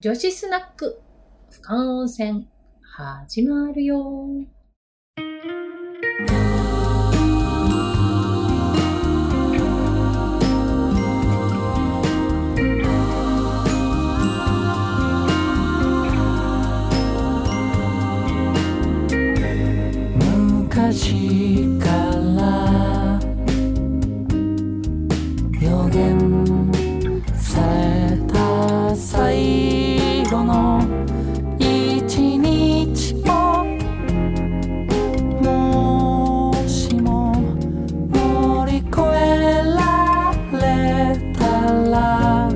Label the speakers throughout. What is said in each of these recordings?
Speaker 1: 女子スナック、俯瞰温泉、始まるよ。
Speaker 2: 昔から予言された最後の一日をもしも乗り越えられたら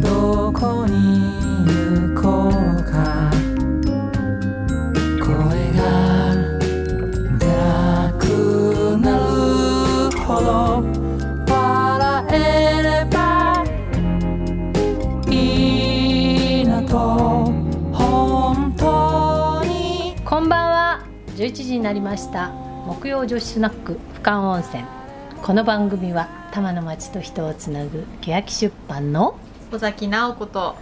Speaker 2: どこに行こうか声が出なくなるほど笑えればいいなと本当に
Speaker 1: こんばんは。11時になりました。木曜女子スナック、俯瞰温泉。この番組は、多摩の町と人をつなぐ、欅出版の
Speaker 3: 尾崎直子と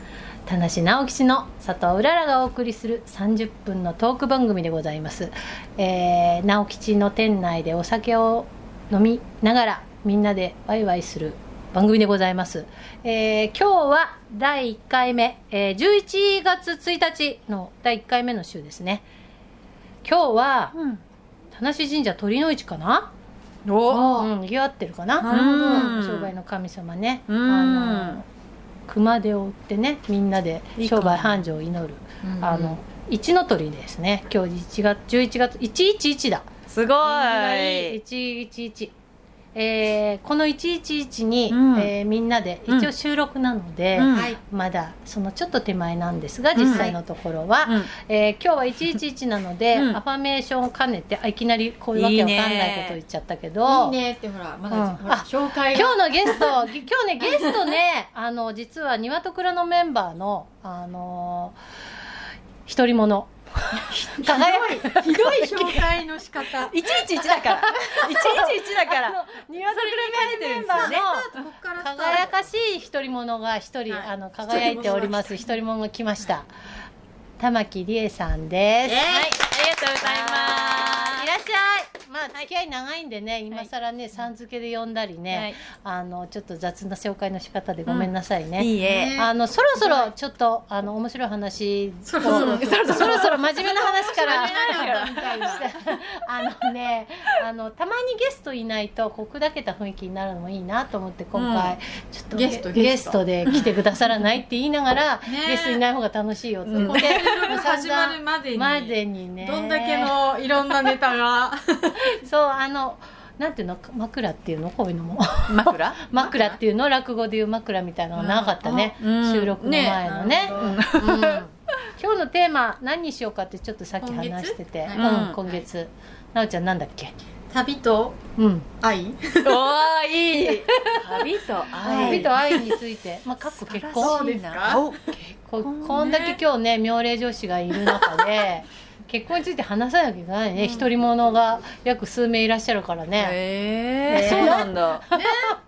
Speaker 1: 田無直樹氏の佐藤うららがお送りする30分のトーク番組でございます、えー、直吉の店内でお酒を飲みながらみんなでワイワイする番組でございます、えー、今日は第1回目、えー、11月1日の第1回目の週ですね今日は
Speaker 3: うん
Speaker 1: 田無神社鳥の市かな
Speaker 3: お
Speaker 1: うん、賑わってるかな
Speaker 3: なるほど
Speaker 1: うん商売の神様ね、
Speaker 3: うん
Speaker 1: あの熊手を追ってねみんなで商売繁盛を祈るあの一の鳥ですね今日1月11月111だ
Speaker 3: すごい
Speaker 1: 111えーこの111に、
Speaker 3: うん
Speaker 1: えーみんなで
Speaker 3: うん
Speaker 1: 一応収録なので、
Speaker 3: うん
Speaker 4: はい。
Speaker 1: まだそのちょっと手前なんですが
Speaker 3: うん
Speaker 1: 実際のところは、
Speaker 3: うん
Speaker 1: えー今日は111なので、
Speaker 3: うん
Speaker 1: アファメーションを兼ねてあいきなりこういうわけわかんないこと言っちゃったけど
Speaker 4: いいねってほら、まだ、
Speaker 1: うん
Speaker 4: ほら
Speaker 1: あ
Speaker 4: 紹介
Speaker 1: 今日のゲスト、ぎ今日ね、ゲストね、あの、実は、ニワトクラのメンバーの、あのー、独り者。輝く。
Speaker 4: ひどい紹介の仕 方。
Speaker 3: 111だから111だか
Speaker 1: あ
Speaker 3: ら
Speaker 1: の、ニワトクラメンバー
Speaker 3: それ
Speaker 1: の、
Speaker 4: ここからスタート
Speaker 1: 輝かしい独り者が一人、
Speaker 4: はい
Speaker 1: あの、輝いております。独り者が来ました。玉木理恵さん
Speaker 3: え
Speaker 1: で
Speaker 3: ー
Speaker 1: す。
Speaker 3: はいありがとうござい
Speaker 1: あーい
Speaker 3: ま
Speaker 1: らっしゃい。まあ、付き合い長いんでね、今更ね、さん付けで呼んだり
Speaker 3: すは
Speaker 1: ね、
Speaker 3: い
Speaker 1: あの、ちょっと雑な紹介の仕方でごめんなさいね。
Speaker 3: いいえ
Speaker 4: ね
Speaker 1: あのそろそろちょっとあの面白い話
Speaker 4: そろそろ
Speaker 1: うんそろそろ真面目な話から
Speaker 4: 真面目な話からみたいな
Speaker 1: あのねあのたまにゲストいないとこう砕けた雰囲気になるのもいいなと思って今回、
Speaker 3: う
Speaker 1: ちょっと
Speaker 4: ゲスト
Speaker 1: ゲ
Speaker 4: ゲ
Speaker 1: ス
Speaker 4: ス
Speaker 1: ト
Speaker 4: ト
Speaker 1: で来てくださらないって言いながら、
Speaker 4: ねえ
Speaker 1: ゲストいない方が楽しいよと思って、
Speaker 4: これ始まるまでに。
Speaker 1: までにね
Speaker 4: どんだけのいろんなネタが。
Speaker 1: そうあのなんていうの枕っていうのこういうのも
Speaker 3: 枕
Speaker 1: 枕っていうの落語でいう枕みたいなのはなかった ね、
Speaker 3: うん
Speaker 1: 収録の前のね
Speaker 4: ねうん
Speaker 1: うん今日のテーマ何にしようかってちょっとさっき話してて
Speaker 3: 月
Speaker 1: うん
Speaker 4: 今
Speaker 3: うん
Speaker 1: 今月、なおちゃんなんだっけ
Speaker 4: 旅と
Speaker 1: うん
Speaker 4: 愛
Speaker 3: おーいい旅と
Speaker 1: 旅と愛についてまあかっこ結婚
Speaker 4: そうですか
Speaker 3: お
Speaker 1: ここんだけ今日ね妙齢女子がいる中 で結婚について話さなきゃいけないね独り者が約数名いらっしゃるからね、
Speaker 3: えー
Speaker 1: ね
Speaker 3: そうなんだ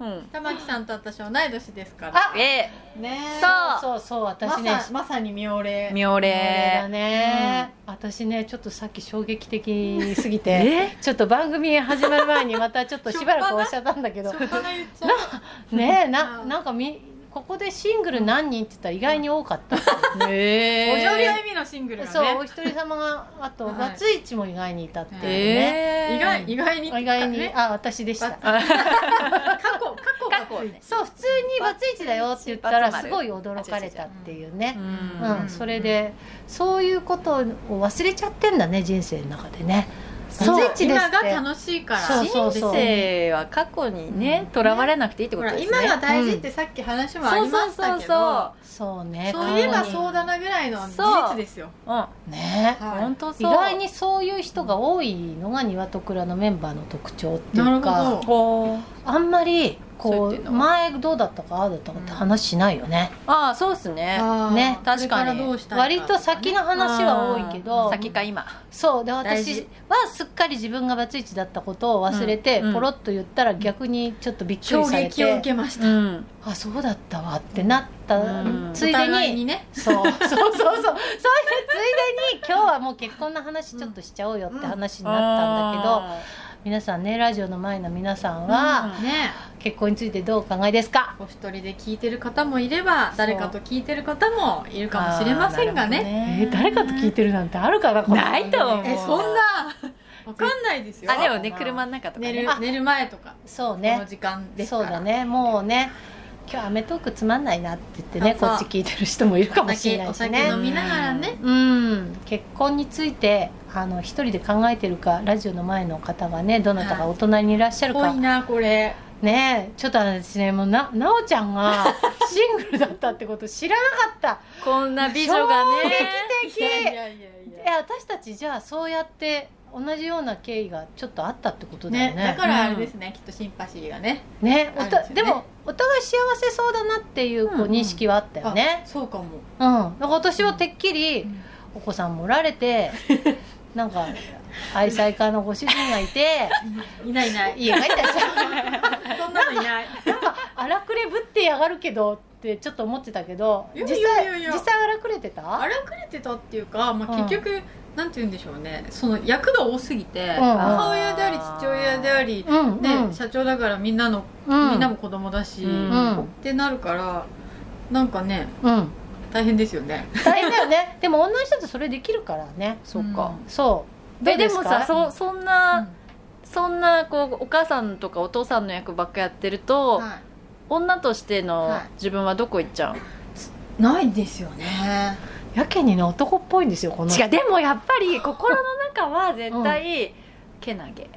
Speaker 3: うん
Speaker 4: 玉木さんと私同い年ですから。
Speaker 1: あ
Speaker 3: え
Speaker 4: ね
Speaker 3: そう
Speaker 1: そうそう
Speaker 4: ま
Speaker 1: 私ね
Speaker 4: さまさに妙齢。
Speaker 3: 妙
Speaker 1: 妙齢だ
Speaker 3: 齢
Speaker 1: ね、私ねちょっとさっき衝撃的す ぎて
Speaker 3: え
Speaker 1: ちょっと番組始まる前にまたちょっとしばらくおっしゃったんだけど
Speaker 4: 初っ 端言っちゃう
Speaker 1: ね えな
Speaker 4: うん
Speaker 1: なんかみここでシングル何人って言ったら意外に多かった、
Speaker 3: え
Speaker 4: お上手の意味のシングル
Speaker 1: そう
Speaker 4: が
Speaker 1: お
Speaker 4: ね。
Speaker 1: 一人様があと
Speaker 4: はい
Speaker 1: バツイチも意外にいたっていうね、
Speaker 3: えー
Speaker 4: 意外意外に。
Speaker 1: 意外に、
Speaker 4: ね
Speaker 1: あ私でした
Speaker 3: あ
Speaker 4: 過去過去がついて
Speaker 1: そう普通にバツイチだよって言ったら
Speaker 3: バツ
Speaker 1: す
Speaker 3: 丸
Speaker 1: ごい驚かれたっていうね
Speaker 3: うん
Speaker 1: うん、それでそういうことを忘れちゃってんだね人生の中でね
Speaker 4: そ
Speaker 1: バ
Speaker 4: う
Speaker 1: ツイチですっ
Speaker 4: 今
Speaker 1: て
Speaker 4: が楽しいから。
Speaker 1: そうそうそ
Speaker 3: 人
Speaker 1: う
Speaker 3: 生は過去にねとらわれなくていいって
Speaker 4: ほ
Speaker 3: こと
Speaker 4: ら
Speaker 3: ですね
Speaker 4: 今が大事ってさっき話もありましたけど、
Speaker 3: そ
Speaker 1: そうね
Speaker 4: そういえば
Speaker 1: 過去に
Speaker 4: そうだなぐらいの事実ですよ。
Speaker 3: ううん
Speaker 1: ね
Speaker 4: はい
Speaker 3: 本当そう
Speaker 1: 意外にそういう人が多いのがニワトクラのメンバーの特徴っていう
Speaker 4: なる
Speaker 1: か
Speaker 4: ほど。
Speaker 3: こ
Speaker 1: あんまり
Speaker 4: そう
Speaker 1: こ
Speaker 4: いう
Speaker 1: う
Speaker 4: の
Speaker 1: 前どうだったかああだったかって話しないよね、
Speaker 3: ああそうっすね
Speaker 4: あー
Speaker 1: ね
Speaker 4: これら
Speaker 3: 確かに
Speaker 4: どうしたいか
Speaker 1: 割と先の話は多いけ
Speaker 3: う
Speaker 1: ど
Speaker 3: ん先か今
Speaker 1: そうで
Speaker 3: 大
Speaker 1: 私
Speaker 3: 事
Speaker 1: はすっかり自分がバツイチだったことを忘れて、
Speaker 3: うんうん
Speaker 1: ポロッと言ったら逆にちょっとびっくり
Speaker 4: 衝
Speaker 1: され
Speaker 4: 撃を受
Speaker 1: て
Speaker 4: けました、
Speaker 3: ん
Speaker 1: あそうだったわってなった、
Speaker 3: うん
Speaker 1: つい
Speaker 4: お
Speaker 1: で
Speaker 4: 互
Speaker 1: に
Speaker 4: いにね
Speaker 1: そうそうそうそうそうそれでついでに今日はもう結婚の話ちょっとしちゃおうよって話になったんだけど、皆さんねラジオの前の皆さんは、
Speaker 4: ね
Speaker 1: 結婚についてどうお考えですか
Speaker 4: お一人で聞いてる方もいれば誰かと聞いてる方もいるかもしれませんがね
Speaker 1: えー誰かと聞い
Speaker 3: て
Speaker 1: てるなんてあるかなこの番組
Speaker 3: ないと思う
Speaker 4: えそんなわかんないですよ
Speaker 3: あでもね車の中とか
Speaker 4: 寝
Speaker 3: ね
Speaker 4: る
Speaker 1: あ
Speaker 4: 寝る前とか
Speaker 1: そう
Speaker 4: この
Speaker 1: ね
Speaker 4: 時間ですか
Speaker 1: そう
Speaker 4: ら
Speaker 1: だねもうね今日『アメトーーク』つまんないなって言ってね
Speaker 4: そ
Speaker 1: こ
Speaker 4: うそう
Speaker 1: っち聞いてる人もいるか
Speaker 4: お
Speaker 1: もしれ
Speaker 4: 酒
Speaker 1: な
Speaker 4: お
Speaker 1: いし
Speaker 4: 酒
Speaker 1: ね
Speaker 4: 飲みながらね
Speaker 1: うん結婚についてあの一人で考えてるかラジオの前の方がねどなたが大人にいらっしゃるか、
Speaker 4: 濃いなこれ
Speaker 1: ねえちょっと私ねもうななおちゃん がシングルだったってこと知らなかった
Speaker 3: こんな美女がね
Speaker 1: いやいやい
Speaker 4: いやい
Speaker 1: え私たちじゃあそうやって同じような経緯がちょっとあったってことだよ
Speaker 4: ね
Speaker 1: ね
Speaker 4: だからあれですね、きっとシンパシーがね
Speaker 1: ねお
Speaker 4: あ
Speaker 1: た
Speaker 4: るんで
Speaker 1: です
Speaker 4: よね
Speaker 1: もお互い幸せそうだなっていうこう
Speaker 3: うんうん
Speaker 1: 認識はあったよね、
Speaker 4: そうかも
Speaker 1: うんだから私はてっきり
Speaker 4: うん
Speaker 1: お子さんもおられ てなんか愛妻家のご主人がい て
Speaker 4: いないいない
Speaker 1: 家がいたし
Speaker 4: そんなのい ない
Speaker 1: 荒くれぶってやがるけどってちょっと思ってたけど
Speaker 4: いや
Speaker 1: 実
Speaker 4: いやいや
Speaker 1: 際
Speaker 4: いや
Speaker 1: 実際荒くれてた
Speaker 4: 荒くれてたっていうか、ま
Speaker 1: う
Speaker 4: あ、
Speaker 1: ん
Speaker 4: 結局、なんて言うんでしょうねその役が多すぎて、
Speaker 1: うん
Speaker 4: 母親であり父親であり、
Speaker 1: うんうん
Speaker 4: ね社長だからみんなの、
Speaker 1: うん
Speaker 4: みんなも子供だし、
Speaker 3: うん
Speaker 4: ってなるからなんかね
Speaker 1: うん
Speaker 4: 大変ですよね
Speaker 1: 大変だよねでも女の人ってそれできるからね
Speaker 3: そっか
Speaker 1: そう
Speaker 3: で
Speaker 1: どう
Speaker 3: ですも
Speaker 1: か
Speaker 3: さそそんなそんなこうお母さんとかお父さんの役ばっかやってると
Speaker 4: は
Speaker 3: 女としての
Speaker 4: はい
Speaker 3: 自分はどこ行っちゃう
Speaker 4: い、ないですよね
Speaker 1: やけにね男っぽいんですよこの人
Speaker 3: 違うでもやっぱり心の中 は絶対けなげ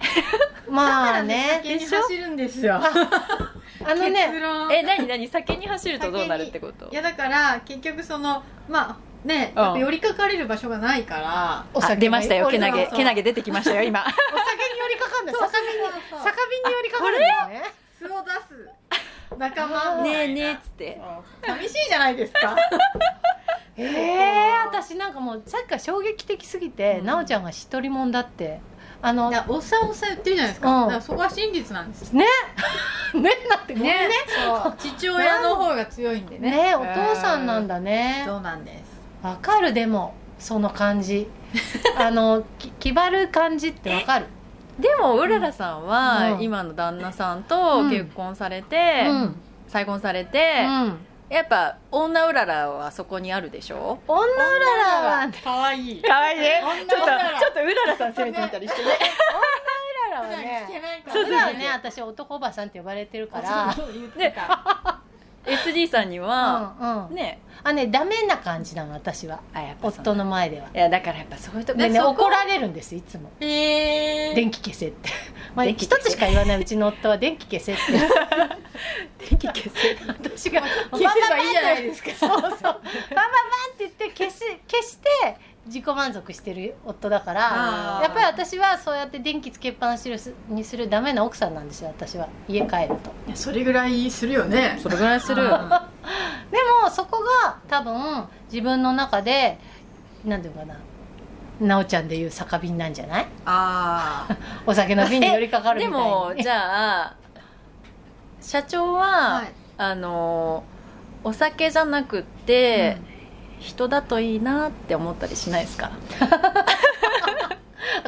Speaker 1: まあ
Speaker 4: だね
Speaker 1: ね
Speaker 4: 先に走るんですよ
Speaker 1: あのね
Speaker 4: 結論
Speaker 3: え何何先に走るとどうなるってこと
Speaker 4: いやだから結局そのまあね
Speaker 3: うん
Speaker 4: やっぱ寄りかかれる場所がないから
Speaker 1: お
Speaker 3: あ
Speaker 1: 酒
Speaker 3: 出ましたよけ
Speaker 1: 俺
Speaker 3: な
Speaker 1: ら
Speaker 3: げ
Speaker 1: は
Speaker 4: そう
Speaker 3: けなげ出てきましたよ今
Speaker 1: お酒に寄りかかんだ
Speaker 4: そう
Speaker 1: 酒瓶に
Speaker 4: そうそう
Speaker 1: 酒瓶に寄りかかるんだよね
Speaker 4: 素を出す仲間
Speaker 3: ねえねえっつって
Speaker 4: 寂しいじゃないですか
Speaker 1: ええ私なんかもうさっきから衝撃的すぎて
Speaker 4: うん
Speaker 1: 奈緒、ちゃんが一人もんだってあの
Speaker 4: い
Speaker 1: ね
Speaker 4: やおさおさ言ってるじゃないですか、
Speaker 1: うん
Speaker 4: だからそこは真実なんです
Speaker 1: だってごめんね
Speaker 4: そう父親の方が強いんでね
Speaker 1: ねお父さんなんだね
Speaker 4: そうなんです
Speaker 1: わかるでもその 感じあのき気張る感じってわかる
Speaker 3: でもうららさんは、
Speaker 1: うん
Speaker 3: 今の旦那さんと結婚されて、
Speaker 1: うん
Speaker 3: 再婚されて、
Speaker 1: うん
Speaker 3: やっぱ女うららはそこにあるでしょ
Speaker 1: 女うららは
Speaker 4: 可愛い
Speaker 3: かわいいね
Speaker 4: 女う
Speaker 3: ちょっと
Speaker 4: らら
Speaker 3: ちょっとうららさん攻めてみたりしてね
Speaker 1: うららは
Speaker 4: 聞け
Speaker 1: ね
Speaker 4: ないから
Speaker 1: 普段ね私男おばさんって呼ばれてるか
Speaker 4: あ
Speaker 1: ら
Speaker 4: そう言ってた
Speaker 3: SD さんには、
Speaker 1: うんうん
Speaker 3: ね
Speaker 1: あねダメな感じなの私は
Speaker 3: あやっぱそう
Speaker 1: 夫の前ではい
Speaker 3: やだからやっぱそういうとこ
Speaker 1: でね
Speaker 3: そこ
Speaker 1: 怒られるんですいつも
Speaker 4: へ
Speaker 1: 電気消せ って、まあ、
Speaker 3: 電気
Speaker 1: 一
Speaker 3: 消せ
Speaker 1: つしか言わないうちの夫は電気消せって
Speaker 3: 電気消せ
Speaker 1: 私が
Speaker 4: 消せばいいじゃないですか
Speaker 1: そうそうバンバンバンって言って消し消して自己満足してる夫だから
Speaker 4: あー
Speaker 1: やっぱり私はそうやって電気つけっぱなしにするダメな奥さんなんですよ私は家帰ると
Speaker 4: いやそれぐらいするよね
Speaker 3: それぐらいする
Speaker 4: うん
Speaker 1: でもそこが多分自分の中で何ていうのかな奈緒ちゃんでいう酒瓶なんじゃない
Speaker 4: ああ
Speaker 1: お酒の瓶に寄りかかるみ
Speaker 3: で
Speaker 1: たいに
Speaker 3: もじゃあ社長は、あのお酒じゃなくって、人だといいなって思ったりしないですか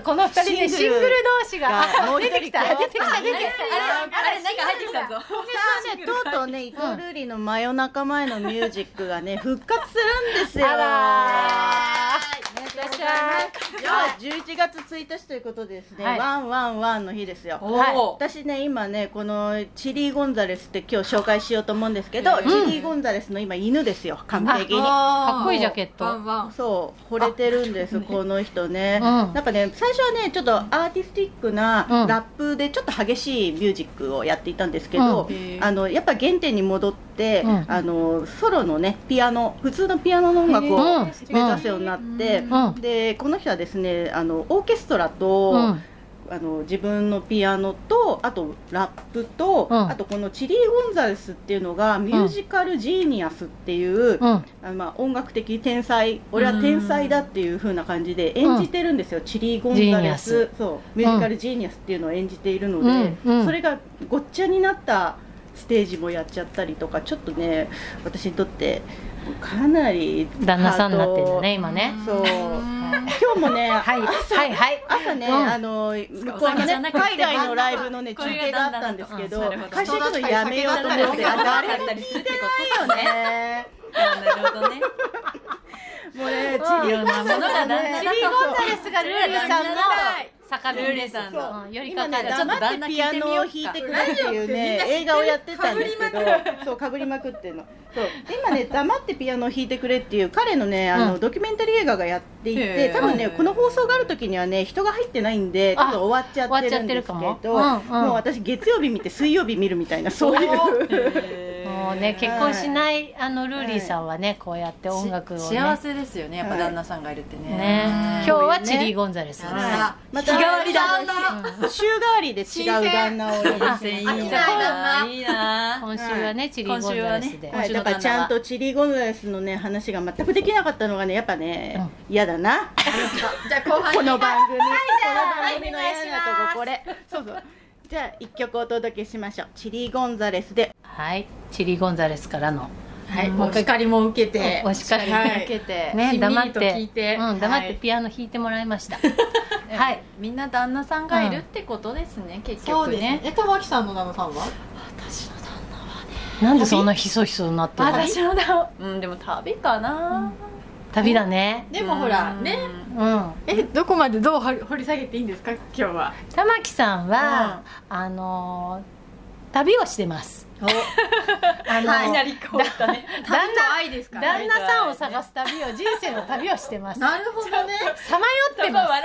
Speaker 1: この二人でシングル同士が
Speaker 3: もう一人
Speaker 1: 出てきた出てきた出てきた
Speaker 3: あれなんか入ってきたぞ
Speaker 5: 私はね、とうとうね、伊藤瑠璃の真夜中前のミュージックが ね、復活するんですよ。
Speaker 1: あら
Speaker 5: はい、11月1日ということでですね、
Speaker 1: はい
Speaker 5: ワンワンワンの日ですよ。
Speaker 4: おお
Speaker 5: 私ね、今ね、このチリー・ゴンザレスって今日紹介しようと思うんですけど、
Speaker 4: うん
Speaker 5: チリー・ゴンザレスの今犬ですよ、完璧に。
Speaker 4: か
Speaker 1: っこいいジャケット
Speaker 4: ワンワン
Speaker 5: そう、惚れてるんです、この人ね。
Speaker 1: うん
Speaker 5: なんかね、最初はね、ちょっとアーティスティックな
Speaker 1: うん
Speaker 5: ラップでちょっと激しいミュージックをやっていたんですけど、
Speaker 4: うんへー
Speaker 5: あのやっぱ原点に戻って、
Speaker 1: うん
Speaker 5: あのソロのね、ピアノ、普通のピアノの音楽
Speaker 1: へー
Speaker 5: を
Speaker 1: うん
Speaker 5: 目指すようになって、
Speaker 1: うん
Speaker 5: でこの人はですね、あのオーケストラ
Speaker 1: う
Speaker 5: と
Speaker 1: ん
Speaker 5: あの自分のピアノとあとラップと、
Speaker 1: うん
Speaker 5: あとこのチリー・ゴンザレスっていうのがミュージカルジーニアスっていう、
Speaker 1: うん
Speaker 5: あのまあ、音楽的天才俺は天才だっていう風な感じで演じてるんですよ、チリー・ゴンザレ
Speaker 1: ジーニ
Speaker 5: スそうミュージカルジーニアスっていうのを演じているので、
Speaker 1: うんうん
Speaker 5: それがごっちゃになったステージもやっちゃったりとかちょっとね私にとってかなり
Speaker 1: 旦那さんになってんだね
Speaker 5: ハー
Speaker 1: 今ね
Speaker 5: そう
Speaker 4: うん
Speaker 5: ト今日もね、
Speaker 1: はいはいはい
Speaker 5: 朝ね、
Speaker 1: うん
Speaker 5: あの向こうの
Speaker 3: お酒じゃな
Speaker 5: ね
Speaker 3: くて
Speaker 5: 海外のライブのね中継があったんですけど
Speaker 3: これが旦那だと
Speaker 5: 会社行くのやめようと思ってあ
Speaker 3: だ
Speaker 5: 誰
Speaker 3: れだ
Speaker 5: も
Speaker 3: ったりするってことだよね。
Speaker 5: ね
Speaker 3: なるほどね。
Speaker 5: もうね
Speaker 3: い
Speaker 5: チリ
Speaker 3: ろんなものが旦那だ
Speaker 5: チ
Speaker 3: と
Speaker 5: リーゴンザレスがルーレさんの
Speaker 1: 坂
Speaker 3: ルーレさん
Speaker 5: そう
Speaker 3: の。
Speaker 1: うんより
Speaker 5: 今
Speaker 1: か
Speaker 5: ね
Speaker 1: か
Speaker 3: ちょっと
Speaker 1: る
Speaker 5: 黙ってピアノを弾いてくれるっていうね映画をやってたんですけどそうかぶりまくってんのそうで今ね黙ってピアノを弾いてくれっていう彼のねあの、
Speaker 1: うん
Speaker 5: ドキュメンタリー映画がやってい
Speaker 4: へ
Speaker 5: て
Speaker 4: ー
Speaker 5: 多分ねこの放送がある時にはね人が入ってないんで多分終わっちゃってるんですけ
Speaker 1: 終わっちゃってる
Speaker 5: ど、
Speaker 1: かもうんうん
Speaker 5: もう私月曜日見て水曜日見るみたいなそういう
Speaker 1: もうね結婚しないあのルーリーさんはねこうやって音楽をね
Speaker 3: 幸せですよね。やっぱ
Speaker 5: はい
Speaker 3: 旦那さんがいるってね。
Speaker 1: ね今日はチリー・ゴンザレスです、
Speaker 5: は
Speaker 4: あ
Speaker 5: い、ま
Speaker 3: 日替わりだ。
Speaker 5: 週替わりで違う旦那を入れて
Speaker 3: いいな。いいな。
Speaker 1: 今週はね、チリー・ゴンザレスで、
Speaker 3: 今週
Speaker 5: はい、
Speaker 3: の旦那は
Speaker 5: だからちゃんとチリゴンザレスのね話が全くできなかったのがねやっぱね嫌、だな
Speaker 4: じゃあ後半に
Speaker 5: この番組、この番組の嫌なとここれそうそうじゃあ一曲お届けしましょうチリゴンザレスで
Speaker 1: はいチリー・ゴンザレスからの
Speaker 4: はいお叱りも受けて
Speaker 1: お叱りも
Speaker 4: はい
Speaker 3: 受けて。
Speaker 1: ね
Speaker 4: しみりと
Speaker 1: 黙って
Speaker 4: 聞いて
Speaker 1: うん、黙っ
Speaker 4: は
Speaker 1: て
Speaker 4: い
Speaker 1: ピアノ弾いてもらいました、はい
Speaker 3: みんな旦那さんがいるってことですね。結
Speaker 4: そう
Speaker 3: 局
Speaker 4: ですね
Speaker 3: ね。
Speaker 4: え玉木さんの旦那さんは
Speaker 3: 私の旦那は。
Speaker 1: なんでそんなひそひそになってるの
Speaker 3: 私の旦那。うんでも旅かな。
Speaker 1: 旅だね
Speaker 4: でもほらね
Speaker 1: うん
Speaker 4: えどこまでどう掘り掘り下げていいんですか今日は
Speaker 1: 玉木さんは、あのー旅をしてますあのー
Speaker 4: いきなりこうだね
Speaker 1: 旦那
Speaker 4: 愛ですから
Speaker 1: 旦那さんを探す旅を人生の旅をしてます
Speaker 4: なるほどね
Speaker 1: さまよっ
Speaker 3: そ
Speaker 1: て
Speaker 3: こ
Speaker 1: ます
Speaker 3: 笑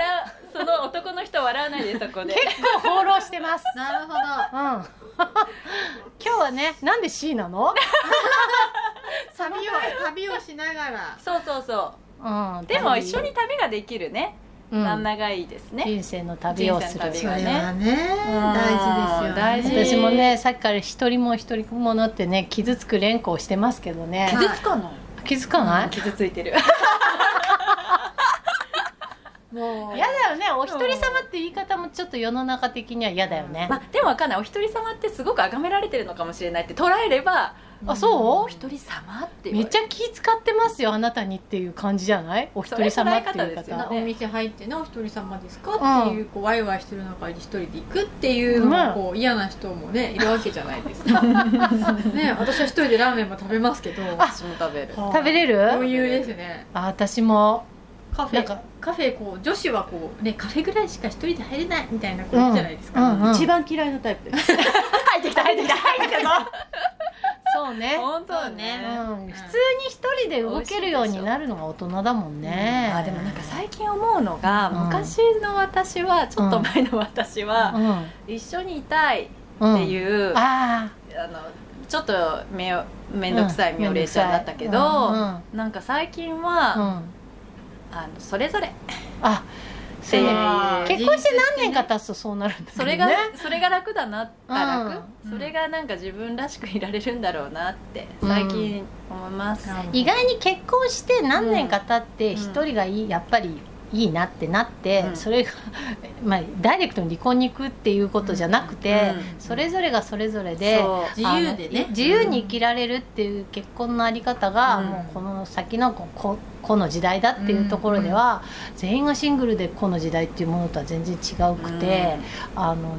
Speaker 3: う。その男の人笑わないでそこで。
Speaker 1: 結構放浪してます
Speaker 4: なるほど
Speaker 1: うん 今日はねなんで C なの、
Speaker 4: 旅を旅をしながら
Speaker 3: そうそうそう。
Speaker 1: うん、
Speaker 3: でも一緒に旅ができるね、
Speaker 1: うん
Speaker 3: 旦那がいいですね
Speaker 1: 人生の旅をする
Speaker 3: 人生
Speaker 4: そ
Speaker 3: の
Speaker 4: れはね
Speaker 3: うん
Speaker 4: 大
Speaker 3: 大
Speaker 4: 事
Speaker 3: 事
Speaker 4: で
Speaker 3: です
Speaker 1: 私
Speaker 4: よね
Speaker 1: もねさっきから一人も一人ものってね傷つく連行してますけどね
Speaker 4: 傷
Speaker 3: かない、
Speaker 1: 気づかない、
Speaker 3: 傷ついてる
Speaker 4: もう
Speaker 1: 嫌だよねお一人様って言い方もちょっと世の中的には嫌だよね、
Speaker 3: まあでもわかんないお一人様ってすごく崇められてるのかもしれないって捉えれば
Speaker 1: あそ
Speaker 3: お
Speaker 1: う
Speaker 3: 一人様って
Speaker 1: めっち
Speaker 3: ゃ
Speaker 1: ゃ気使ってますよあなたにっていう感じじゃないお一人様っていう言い
Speaker 3: それ捉え方ですよ
Speaker 1: 方
Speaker 3: ね
Speaker 4: お店入ってねお一人様ですかっていうこうワイワイしてる中に一人で行くっていうの
Speaker 1: ね
Speaker 4: がこう嫌な人もねいるわけじゃないです かね私は一人でラーメンも食べますけど
Speaker 3: 私も食べる
Speaker 1: 食べれる
Speaker 4: 余裕ですね
Speaker 1: あ私も
Speaker 4: カフ
Speaker 1: なん
Speaker 4: ェ
Speaker 1: か
Speaker 4: カフェこう女子はこうねカフェぐらいしか一人で入れないみたいな子いるじゃないですか、
Speaker 1: うんうん
Speaker 5: 一番嫌いなタイプです
Speaker 3: 入ってきた入ってきた入ってきた
Speaker 1: そうね、
Speaker 3: 本当だね
Speaker 1: う
Speaker 4: そ
Speaker 1: ん、普通に一人で動けるようになるのが大人だもんね、
Speaker 3: あでもなんか最近思うのが、
Speaker 1: うん
Speaker 3: 昔の私はちょっと前の私は、一緒にいたいっ
Speaker 1: うん、
Speaker 3: て
Speaker 1: う
Speaker 3: いう、
Speaker 1: んあ
Speaker 3: あのちょっとめめんどくさい妙齢ちゃんだったけど、
Speaker 1: うん
Speaker 3: なんか最近
Speaker 1: あ、
Speaker 3: は、
Speaker 1: うん、
Speaker 3: あのそれぞれ
Speaker 1: あ
Speaker 3: せ
Speaker 4: あー
Speaker 1: 結婚して何年か経つとそうなるんだよね
Speaker 3: それが、それが楽だなあ楽、
Speaker 4: うん
Speaker 3: それがなんか自分らしくいられるんだろうなって最近思います、
Speaker 1: 意外に結婚して何年か経っ
Speaker 3: う
Speaker 1: て
Speaker 3: ん
Speaker 1: 一人がいいやっぱりいいなってなって、
Speaker 3: うん
Speaker 1: それが、 まあ、ダイレクトに離婚に行くっていうことじゃなくて、
Speaker 3: うん
Speaker 1: それぞれがそれぞれで
Speaker 3: そう
Speaker 4: 自由でね
Speaker 1: あのい自由に生きられるっていう結婚のあり方が、
Speaker 3: うん
Speaker 1: もうこの先のこここの時代だっていうところでは、全員がシングルでこの時代っていうものとは全然違うくて、あの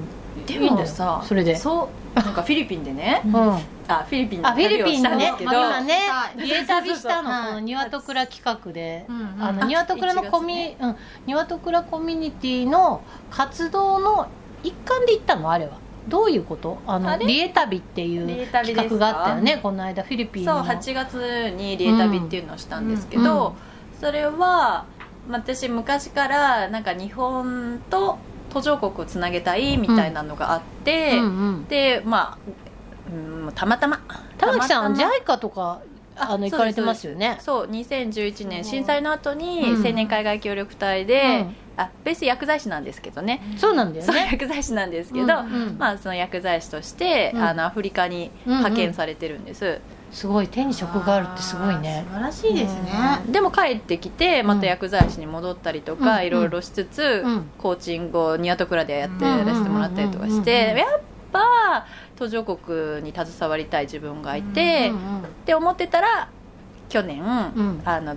Speaker 3: で
Speaker 1: いいんだ
Speaker 3: も
Speaker 1: よ
Speaker 3: さ
Speaker 1: それで
Speaker 3: そうなんかフィリピンでね
Speaker 1: うん、あ
Speaker 3: あフィリピン
Speaker 1: フィリピンの
Speaker 3: で
Speaker 1: ね
Speaker 3: すけど、
Speaker 1: 今ね
Speaker 4: はい
Speaker 1: 家旅したの
Speaker 4: はい
Speaker 1: このニワトクラ企画で
Speaker 4: う。んうん
Speaker 1: あの
Speaker 3: あ
Speaker 1: ニワトクラのコミ、うんニワトクラコミュニティの活動の一環で行ったのあれはどういうことあの
Speaker 3: あれ
Speaker 1: リエ旅っていう
Speaker 3: リエ旅です
Speaker 1: 企
Speaker 3: か
Speaker 1: 画があったよねこの間フィリピン
Speaker 3: そう
Speaker 1: の
Speaker 3: 8月にリエ旅っていうのをしたんですけど、それはまあ私昔からなんか日本と途上国をつなげたいみたいなのがあって、
Speaker 1: うんうん
Speaker 3: でまあ、うん、たまたま
Speaker 1: 玉木さん
Speaker 3: たま
Speaker 1: JICA とかあの
Speaker 3: あ
Speaker 1: 行かれてますよね
Speaker 3: そう2011
Speaker 1: うん
Speaker 3: 年震災の後に
Speaker 1: うん
Speaker 3: 青年海外協力隊
Speaker 1: う
Speaker 3: で、
Speaker 1: ん
Speaker 3: あベース薬剤師なんですけどね、
Speaker 1: そうなんだよ
Speaker 3: そう
Speaker 1: ね
Speaker 3: 薬剤師なんですけど、
Speaker 1: うんうん
Speaker 3: まあ、その薬剤師として、
Speaker 1: うん
Speaker 3: あのアフリカに
Speaker 1: うんうん
Speaker 3: 派遣されてるんです、
Speaker 1: すごい手に職があるってすごいね
Speaker 4: 素晴らしいですね
Speaker 3: でも帰ってきてまた薬剤師に戻ったりとか、
Speaker 1: うん
Speaker 3: いろいろしつつ、
Speaker 1: うん
Speaker 3: コーチングをニアトクラでやって
Speaker 4: うん
Speaker 3: やらせてもらったりとかし
Speaker 1: うんうんうんうん
Speaker 3: てやっぱ途上国に携わりたい自分がいて、っ
Speaker 1: うん
Speaker 3: て思ってたら去年、
Speaker 1: うん
Speaker 3: あの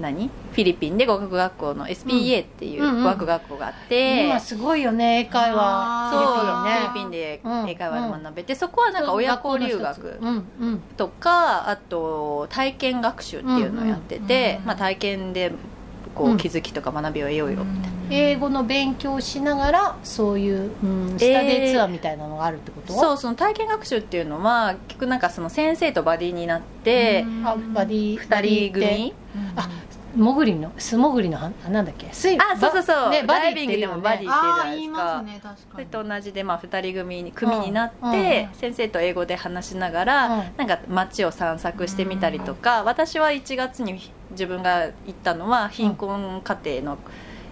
Speaker 3: 何フィリピンで語学学校の SPA っていう
Speaker 1: うんうんうん
Speaker 3: 語学学校があって、
Speaker 1: 今すごいよね英会話
Speaker 3: そうフ
Speaker 1: ね
Speaker 3: ィリピンで
Speaker 1: うん
Speaker 3: 英会話で学べて、そこはなんか親子留学
Speaker 1: うんうん
Speaker 3: とかあと体験学習っていうのをやって
Speaker 4: うん
Speaker 3: て、
Speaker 4: うん
Speaker 3: まあ、体験でこ
Speaker 1: うん
Speaker 3: う気づきとか学びを得ようよ、
Speaker 1: 英語の勉強をしながらそういう、うん、スタディツアーみたいなのがあるってこと、
Speaker 3: そうその体験学習っていうのは結局なんかその先生とバディになって、
Speaker 1: あバディ
Speaker 3: 二人
Speaker 1: バディって
Speaker 3: 組
Speaker 1: あ潜りの素潜りのはなんだっけ水
Speaker 3: あそうそうそう、
Speaker 1: ばね
Speaker 3: ダイ
Speaker 1: って
Speaker 3: ビングで
Speaker 1: 言うよ
Speaker 3: も
Speaker 1: ね
Speaker 3: バディって言うじゃ
Speaker 4: あ
Speaker 3: な
Speaker 4: ー
Speaker 3: いで
Speaker 4: 言い
Speaker 3: す
Speaker 4: ます
Speaker 3: か、
Speaker 4: ね確
Speaker 3: そ
Speaker 4: か
Speaker 3: れ
Speaker 4: に
Speaker 3: と同じでまあ2人組に組になって、
Speaker 1: うん
Speaker 3: 先生と英語で話しながら、
Speaker 1: うん
Speaker 3: なんか街を散策してみたりとか、私は1月に自分が行ったのは貧困家庭の、
Speaker 1: うん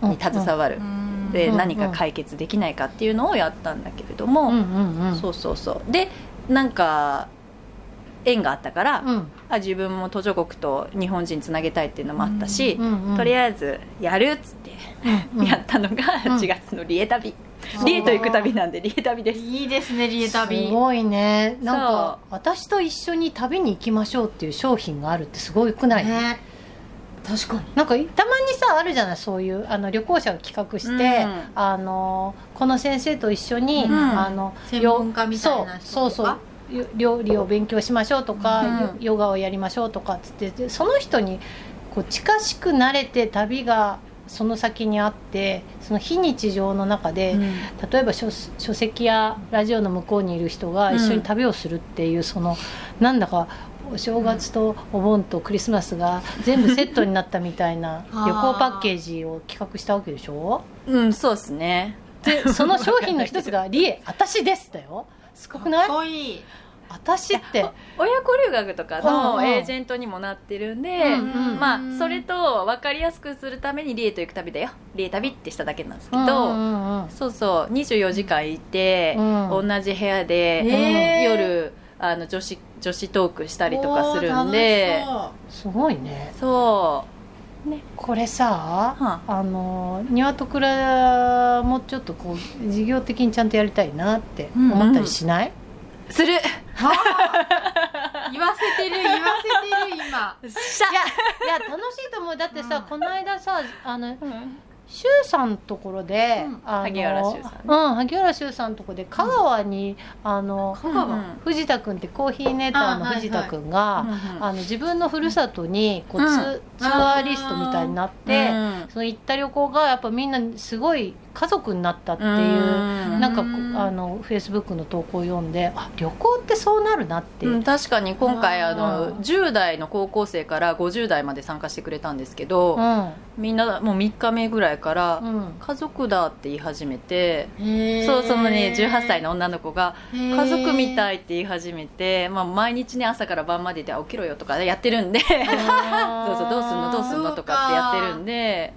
Speaker 3: に携わる、
Speaker 4: うん
Speaker 3: で、
Speaker 1: うん
Speaker 3: 何か解決できないかっていうのをやったんだけれども、
Speaker 1: うんうんうん
Speaker 3: そうそうそうでなんか縁があったから、
Speaker 1: うん
Speaker 3: あ自分も途上国と日本人つなげたいっていうのもあったし、
Speaker 1: うんうん
Speaker 3: とりあえずやるっつって
Speaker 1: うん
Speaker 3: やったのが
Speaker 1: うん
Speaker 3: 4月のリエ旅、リエと行く旅なんでリエ旅です
Speaker 4: いいですねリエ旅
Speaker 1: すごいねなんか私と一緒に旅に行きましょうっていう商品があるってすごくない、
Speaker 4: ね確かに
Speaker 1: なんかたまにさあるじゃないそういうあの旅行者が企画して、
Speaker 3: うん
Speaker 1: あのこの先生と一緒に、
Speaker 3: うん
Speaker 1: あの
Speaker 4: 専門家みたいな人と
Speaker 1: そ
Speaker 4: か
Speaker 1: うそうそうよ料理を勉強しましょうとか、
Speaker 3: うん
Speaker 1: ヨヨガをやりましょうとかっつってでその人にこう近しくなれて旅がその先にあってその非日常の中で、例えば書書籍やラジオの向こうにいる人が一緒に旅をするっていう、そのなんだかお正月とお盆とクリスマスが全部セットになったみたいな旅
Speaker 4: あー
Speaker 1: 行パッケージを企画したわけでしょ
Speaker 3: うんそうですね
Speaker 1: でその商品の一つが「リエ私です」だよすごくない
Speaker 4: かっこいい
Speaker 1: 私 って
Speaker 3: 親子留学とか
Speaker 1: う
Speaker 3: の
Speaker 1: んうん
Speaker 3: エージェントにもなってるんで、
Speaker 1: うんうん
Speaker 3: まあそれと分かりやすくするためにリエと行く旅だよリエ旅ってしただけなんですけ
Speaker 1: うんう
Speaker 3: ど、
Speaker 1: んうん
Speaker 3: そうそう24時間いて、
Speaker 1: うん
Speaker 3: 同じ部屋で、
Speaker 4: えー
Speaker 3: 夜あの女子女子トークした
Speaker 4: た
Speaker 3: りとかするんで
Speaker 1: すごいね
Speaker 3: そ
Speaker 1: これさ
Speaker 3: う、は
Speaker 1: あのニワトクラもちょっとこう事業的にちゃんとやりたいなって思ったりしない、
Speaker 3: あする
Speaker 4: 言わせてる言わせてる
Speaker 3: しゃ
Speaker 1: い
Speaker 4: 今
Speaker 1: やいや楽しいと思うだってさ、
Speaker 4: うん
Speaker 1: この間さあ
Speaker 3: う
Speaker 1: の
Speaker 3: ん
Speaker 1: 柊さんのところで、
Speaker 4: うん
Speaker 1: あの
Speaker 3: 萩原柊さんね
Speaker 1: うん萩原柊さんのところで香川に、あの
Speaker 4: 香川
Speaker 3: うん
Speaker 1: 藤田君ってコーヒーネーターの
Speaker 4: あはい
Speaker 1: 藤田君が、
Speaker 3: うん
Speaker 1: あの自分のふるさとにこう、
Speaker 3: うん
Speaker 1: ツツアーリストみたいになって、
Speaker 3: うん
Speaker 1: その行った旅行がやっぱみんなすごい家族になったっていう、
Speaker 3: うん
Speaker 1: なんかこう
Speaker 4: うん
Speaker 1: あのフェイスブックの投稿を読んであ旅行ってそうなるなって、
Speaker 3: うん確かに今回あ
Speaker 1: うん
Speaker 3: の10代の高校生から50代まで参加してくれたんですけど、
Speaker 1: うん
Speaker 3: みんなもう3日目ぐらいから、
Speaker 1: うん
Speaker 3: 家族だって言い始めて、そうそのね18歳の女の子が家族み
Speaker 4: い
Speaker 3: たいって言い始めて、まあ、毎日ね朝から晩までであ起きろよとかやってるんでそうそうどうすんのどうすんのとかってやってるんで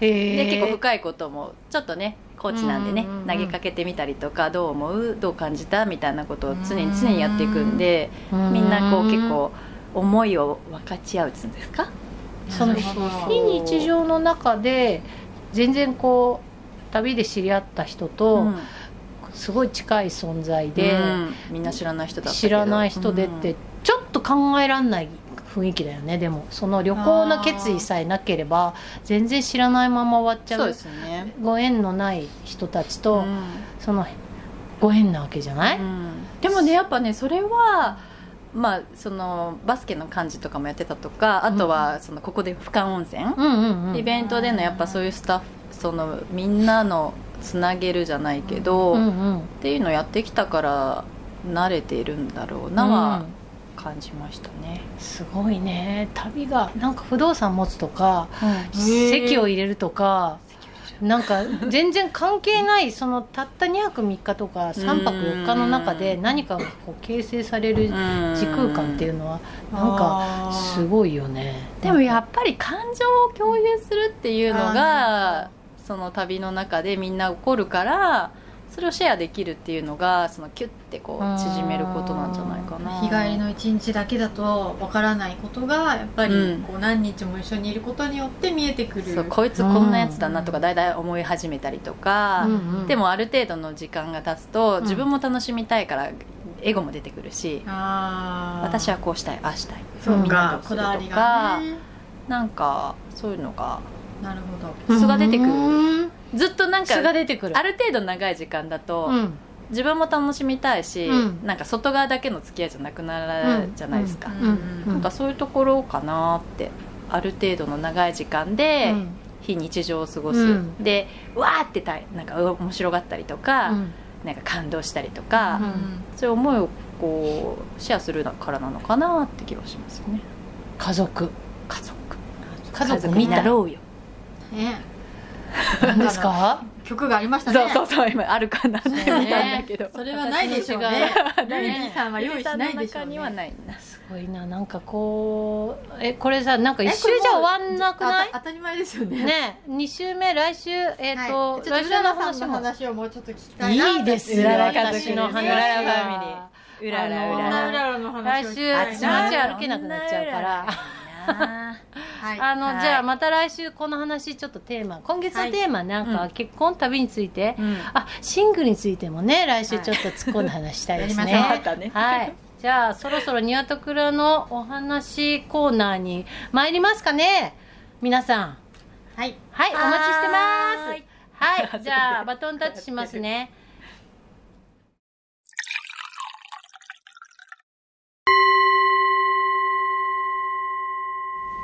Speaker 3: で結構
Speaker 1: 結
Speaker 3: 深いこともちょっとねコーチなんでね、
Speaker 1: うんうんうん
Speaker 3: 投げかけてみたりとかどう思うどう感じたみたいなことを常に常にやっていくんで
Speaker 1: 構
Speaker 3: みんなこう結構思いを分かち合うっつうんですか
Speaker 1: その
Speaker 4: そうそう
Speaker 1: 非日常の中で全然こう旅で知り合った人と
Speaker 3: うん
Speaker 1: すごい近い存在
Speaker 3: で、
Speaker 1: で、
Speaker 3: みんな知らない人だったけど
Speaker 1: 知らない人でって、ちょっと考えらんない雰囲気だよねでもその旅行の決意さえなければ全然知らないまま終わっち
Speaker 3: うん
Speaker 1: ゃ
Speaker 3: そう
Speaker 1: う
Speaker 3: ですよね、
Speaker 1: ご縁のない人たち
Speaker 3: う
Speaker 1: と、
Speaker 3: ん
Speaker 1: そのご縁なわけじゃない、
Speaker 3: でもねやっぱねそれはまあそのバスケの感じとかもやってたとかあとはそのここで俯瞰温泉、
Speaker 1: うんうんうん
Speaker 3: イベントでのやっぱそういうスタッフそのみんなのつなげるじゃないけど、
Speaker 1: う
Speaker 3: っ
Speaker 1: んうん
Speaker 3: ていうのをやってきたから慣れているんだろうなは感じましたね、
Speaker 1: すごいね旅がなんか不動産持つとか
Speaker 3: うん
Speaker 1: 席を入れるとかなんか全然関係ないそのたった2泊3日とか3泊4日の中で何かがこう形成される時空間っていうのはなんかすごいよね
Speaker 3: でもやっぱり感情を共有するっていうのがその旅の中でみんな起こるからそれをシェアできるっていうのがそのキュッてこう縮めることなんじゃないかな
Speaker 4: 日帰りの一日だけだとわからないことがやっぱ
Speaker 3: う
Speaker 4: り
Speaker 3: ん
Speaker 4: こう何日も一緒にいることによって見えてくる、
Speaker 3: そうこいつこんなやつだなとかだいたい思い始めたりとか、
Speaker 1: うんうん
Speaker 3: でもある程度の時間が経つと自分も楽しみたいからエゴも出てくるし、
Speaker 4: あー
Speaker 3: 私はこうしたいああしたい
Speaker 4: そう
Speaker 3: みんな
Speaker 4: か
Speaker 3: どうす
Speaker 4: こ
Speaker 3: る
Speaker 4: だわり
Speaker 3: とか
Speaker 4: が、ね、
Speaker 3: なんかそういうのが
Speaker 4: なるほど
Speaker 3: 素が出てくる
Speaker 1: うん
Speaker 3: ずっとなんか
Speaker 1: 素が出てくる
Speaker 3: ある程度長い時間だと、
Speaker 1: うん
Speaker 3: 自分も楽しみたいし、
Speaker 1: うん
Speaker 3: なんか外側だけの付き合いじゃなくなるじゃないですか、
Speaker 4: うん
Speaker 1: うん
Speaker 3: なんかそういうところかなってある程度の長い時間で
Speaker 1: うん
Speaker 3: 非日常を過ごす、
Speaker 1: うん
Speaker 3: でわーってたいなんかうわ面白がったりとか、
Speaker 1: うん
Speaker 3: なんか感動したりとか、
Speaker 1: うん
Speaker 3: そういう思いをこうシェアするからなのかなって気がしますよね
Speaker 1: 家族
Speaker 3: 家族家
Speaker 1: 家族
Speaker 3: 族
Speaker 1: 見
Speaker 3: にな
Speaker 1: たら
Speaker 3: ろうよ
Speaker 4: ね
Speaker 1: 何ですか
Speaker 4: 曲がありましたね
Speaker 3: そうそうそう今あるかなって見たんだけど、
Speaker 4: それはないでしょうね
Speaker 1: ない
Speaker 4: メリーさんは用意しないでしょう
Speaker 3: には
Speaker 4: ね
Speaker 3: ないな
Speaker 1: すごいななんかこうえこれさなんか一周じゃ終わんなくない
Speaker 4: あた当たり前です よね
Speaker 1: ね二週目来週えっ、
Speaker 4: はい
Speaker 1: と、
Speaker 4: ちょっ
Speaker 1: 来
Speaker 4: と
Speaker 1: 週
Speaker 4: 浦
Speaker 1: の
Speaker 4: 野さ
Speaker 1: 話
Speaker 4: んの
Speaker 1: も
Speaker 4: 話をもうちょっと聞きたいない
Speaker 1: いですよ
Speaker 3: うらら家
Speaker 1: 私
Speaker 3: 族
Speaker 1: の話
Speaker 3: うららフ
Speaker 1: は
Speaker 3: ァミリーう
Speaker 1: ららう
Speaker 4: こん
Speaker 1: ら
Speaker 4: な
Speaker 1: ら
Speaker 4: 裏の話
Speaker 1: 来
Speaker 4: を聞
Speaker 1: 週街
Speaker 4: きたい
Speaker 3: あちま
Speaker 4: な
Speaker 3: ち
Speaker 1: 歩けなくなっちゃうから
Speaker 4: は い
Speaker 1: あの、
Speaker 3: はい
Speaker 1: じゃあまた来週この話ちょっとテーマ今月のテーマなんか、
Speaker 3: うん
Speaker 1: 結婚旅について、
Speaker 3: うん
Speaker 1: あシングルについてもね来週ちょっと突っ込んで話したいですね、
Speaker 4: やりましょう
Speaker 1: はいじゃあそろそろニワトクラのお話コーナーに参りますかね皆さん
Speaker 4: はい
Speaker 1: はいお待ちしてます
Speaker 3: はい
Speaker 1: はい、じゃあバトンタッチしますね。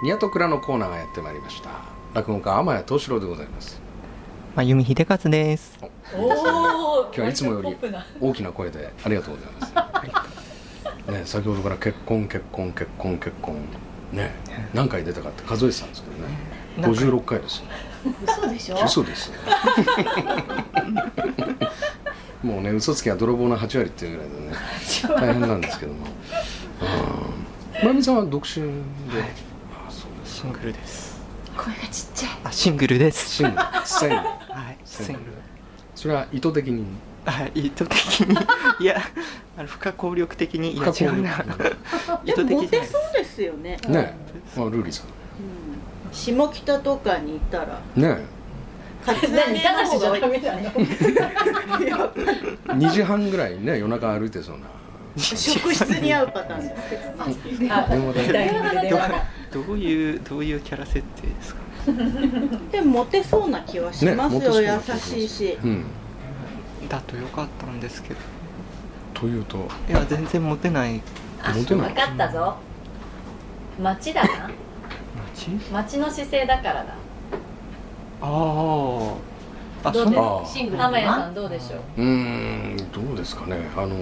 Speaker 6: ニヤと蔵のコーナーがやってまいりました落語家天谷藤四郎でございます
Speaker 7: まゆみ秀勝です。
Speaker 6: 今日はいつもより大きな声でありがとうございます、ね、先ほどから結婚結婚結婚結婚ね何回出たかって数えてたんですけどね
Speaker 7: なんか
Speaker 6: 56回です
Speaker 1: 嘘でしょ
Speaker 6: 嘘です よもうね嘘つきは泥棒の8割っていうぐらいでね大変なんですけどもうんまゆみさんは独身で、あそうです
Speaker 7: シングルです。声がちっちゃい。あ、シングルです。
Speaker 6: シングルシングル
Speaker 7: はい、シ
Speaker 6: シ
Speaker 7: ン
Speaker 6: ン
Speaker 7: グ
Speaker 6: グ
Speaker 7: ル
Speaker 6: ル。それは意図的に
Speaker 7: はい、意図的 に。いや、あの不可抗力的に。い
Speaker 6: 不
Speaker 7: や、
Speaker 6: 可抗力
Speaker 7: 違うな。 意
Speaker 5: で
Speaker 7: 図
Speaker 5: もモ
Speaker 7: 的じゃ
Speaker 5: テ
Speaker 7: ない
Speaker 5: そうですよね、
Speaker 6: ねえ、まあ、ルーリーさ
Speaker 5: うん下北とかにいたら
Speaker 6: んね
Speaker 5: カツアゲの方が多いですね
Speaker 6: え2時半ぐらいね夜中歩いてそうな
Speaker 5: 職質に合うパターンですけどね
Speaker 6: 電話で
Speaker 7: どういう、どういうキャラ設定ですか。
Speaker 5: でもモテそうな気はします
Speaker 6: モテそ
Speaker 5: よ、
Speaker 6: うな気
Speaker 5: 優
Speaker 6: がします
Speaker 5: しいし
Speaker 6: うん
Speaker 7: だとよかったんですけど。
Speaker 6: というとモ
Speaker 7: いや、全然モテない
Speaker 6: テな
Speaker 3: 分
Speaker 6: い
Speaker 3: かったぞ街だな
Speaker 7: 街。
Speaker 3: 街の姿勢だからだ
Speaker 7: ああ。あ、
Speaker 1: ど
Speaker 7: そうう
Speaker 1: で
Speaker 7: な。
Speaker 6: ああ
Speaker 1: すシングル
Speaker 3: 天谷さ
Speaker 1: なん
Speaker 3: どうでしょう
Speaker 6: うーんどうですかねあの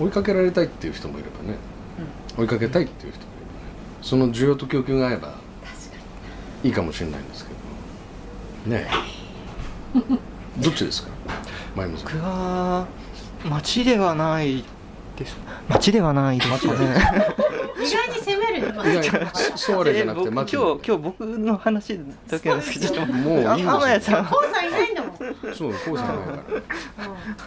Speaker 6: 追いかけられたいっていう人もいればね、追いかけたいっていう人もいればねその需要と供給が合えばいいかもしれないんですけどねえどっちですか前見さん
Speaker 7: 僕は。街ではない。です。街ではないですかね。
Speaker 1: 意外に攻める。まあ
Speaker 6: いやいやそそうあれじゃなくて
Speaker 7: え僕今
Speaker 6: 街
Speaker 7: 日、今日僕の話だけなんですけど。ちょっと
Speaker 6: もういい
Speaker 7: あ
Speaker 6: です
Speaker 7: 天谷さん。
Speaker 6: そうこうじゃないか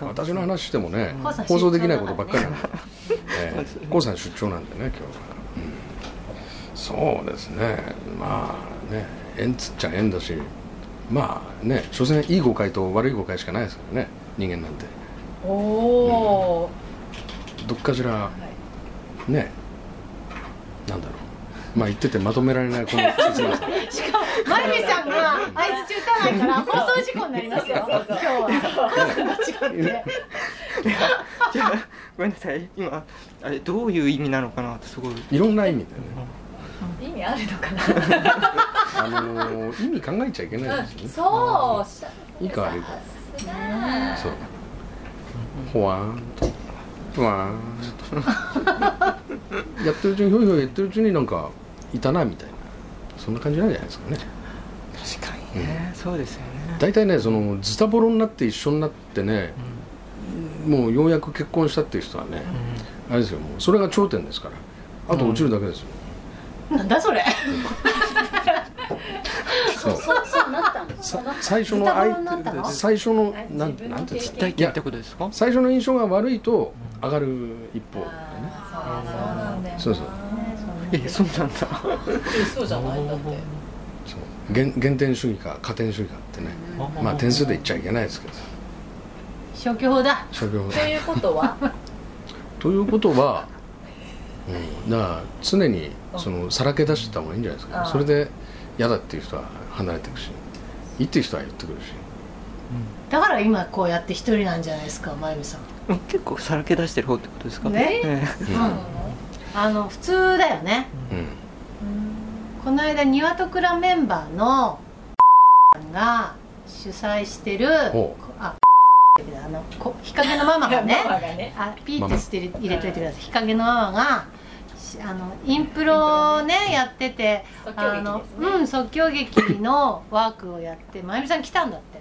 Speaker 6: ら私の話してもね
Speaker 1: コウさん
Speaker 6: 放送できないことばっかりなんで
Speaker 7: そう
Speaker 6: え
Speaker 7: です
Speaker 6: えコウさん出張なんでね今日は、うんそうですねまあね縁つっちゃ縁だしまあね所詮いい誤解と悪い誤解しかないですからね人間なんて
Speaker 3: おお
Speaker 6: どっかしらねなんだろうまあ言っててまとめられないこの切なさ
Speaker 1: まゆみさんが相槌打たないから放送事故になりますよ。今日は。
Speaker 7: じゃあ ごめんなさい今あれどういう意味なのかなってすごい
Speaker 6: いろんな意味でね
Speaker 3: 意味あるのかな
Speaker 6: あのー意味考えちゃいけないですよね
Speaker 3: そうし
Speaker 6: いいか悪いかそうほわーんとふわーん とやってるうちにひょいひょいやってるうちになんかいたなみたいなそんな感じなんじゃないですかね
Speaker 7: 確かにねそうですよね、
Speaker 6: 大体ねそのズタボロになって一緒になってねもうようやく結婚したっていう人はね
Speaker 7: うんうん
Speaker 6: あれですよもうそれが頂点ですからあと落ちるだけですよ、
Speaker 1: なんだそれ
Speaker 6: そう
Speaker 8: そうそうなったんです
Speaker 6: さ最初の相
Speaker 8: ズタボロになったの
Speaker 6: 手最初の
Speaker 8: あ
Speaker 6: なんなんて
Speaker 8: 自
Speaker 6: い
Speaker 8: 分
Speaker 6: う
Speaker 8: の
Speaker 6: んです
Speaker 8: 経験
Speaker 6: か
Speaker 7: 大嫌いってことですか
Speaker 6: 最初の印象が悪いと上がる一方
Speaker 8: だよ
Speaker 6: そうそう
Speaker 7: えそうなんだ
Speaker 8: そうじゃないだって
Speaker 6: そう減減点主義か加点主義かってねまあ点数で言っちゃいけないですけど
Speaker 1: 消去法だ
Speaker 6: 諸行無
Speaker 8: と
Speaker 6: 常
Speaker 8: いうことは
Speaker 6: ということは、うん、だから常にそのさらけ出してた方がいいんじゃないですか
Speaker 8: あー
Speaker 6: それで嫌だっていう人は離れていくしいいっていう人は言ってくるし
Speaker 1: だから今こうやって一人なんじゃないですかまゆみさん
Speaker 7: うん結構さらけ出してる方ってことですか
Speaker 1: ね
Speaker 7: ええ
Speaker 6: うん
Speaker 1: あの普通だよね
Speaker 6: うん
Speaker 1: この間ニワトクラメンバーのが主催してる
Speaker 6: ほ
Speaker 1: ああのこ日陰のママがね
Speaker 8: ママがね
Speaker 1: あピーって捨てる入れといてください日陰のママがしあのインプロをねやってて
Speaker 8: 即興劇で
Speaker 1: あ
Speaker 8: すね
Speaker 1: のうん即興劇のワークをやってまゆみさん来たんだって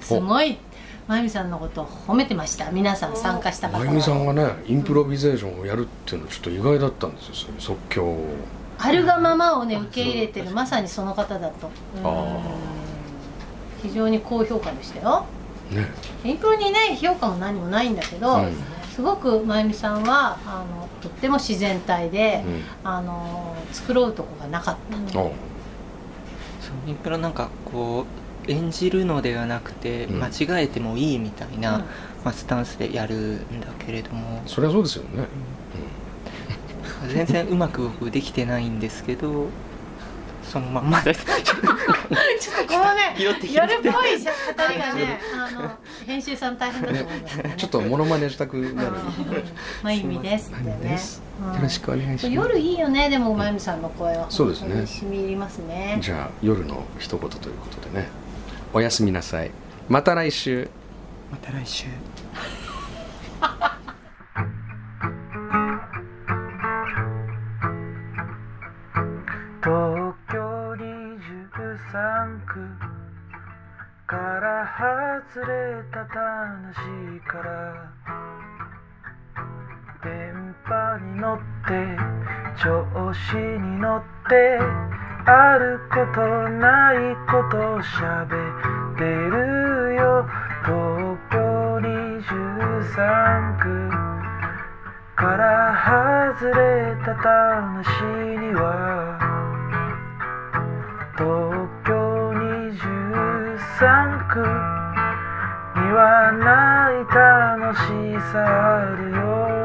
Speaker 1: すごいまゆみさんのことを褒めてました皆さん参加した方
Speaker 6: ま
Speaker 1: が
Speaker 6: ゆみさんがねインプロビゼーションをやるっていうのはちょっと意外だったんですよそれ即興を
Speaker 1: あるがままをね受け入れてるまさにその方だと
Speaker 6: あ
Speaker 1: 非常に高評価でしたよ
Speaker 6: あね
Speaker 1: インプロにね評価も何もないんだけど、
Speaker 6: うん
Speaker 1: すごくまゆみさんはあのとっても自然体で、
Speaker 6: うん
Speaker 1: あの作ろうとこがなかった、
Speaker 6: あ
Speaker 7: そうインプロなんかこう演じるのではなくて
Speaker 6: うん
Speaker 7: 間違えてもいいみたいな、
Speaker 1: うん
Speaker 7: まあ、スタンスでやるんだけれども
Speaker 6: そりゃそうですよね
Speaker 7: 全然うまく僕できてないんですけどその まんまです
Speaker 1: ちょっとこのね
Speaker 7: 拾って拾
Speaker 1: や
Speaker 7: っ
Speaker 1: る
Speaker 7: て
Speaker 1: っぽい語りがねあ の編集さん大変だと思いますね
Speaker 6: ちょっとモノマネしたくなる
Speaker 1: まゆみですって
Speaker 7: まゆ
Speaker 1: ね
Speaker 7: みで、よろしくお願いします
Speaker 1: 夜いいよねでもまゆみさんの声は
Speaker 6: そうですね
Speaker 1: 本当に染み入りますね
Speaker 6: じゃあ夜の一言ということでねおやすみなさいまた来週
Speaker 7: また来週
Speaker 2: 東京23区から外れたしから電波に乗って調子に乗ってあることないことを喋ってるよ東京23区から外れたしには東京23区にはない楽しさあるよ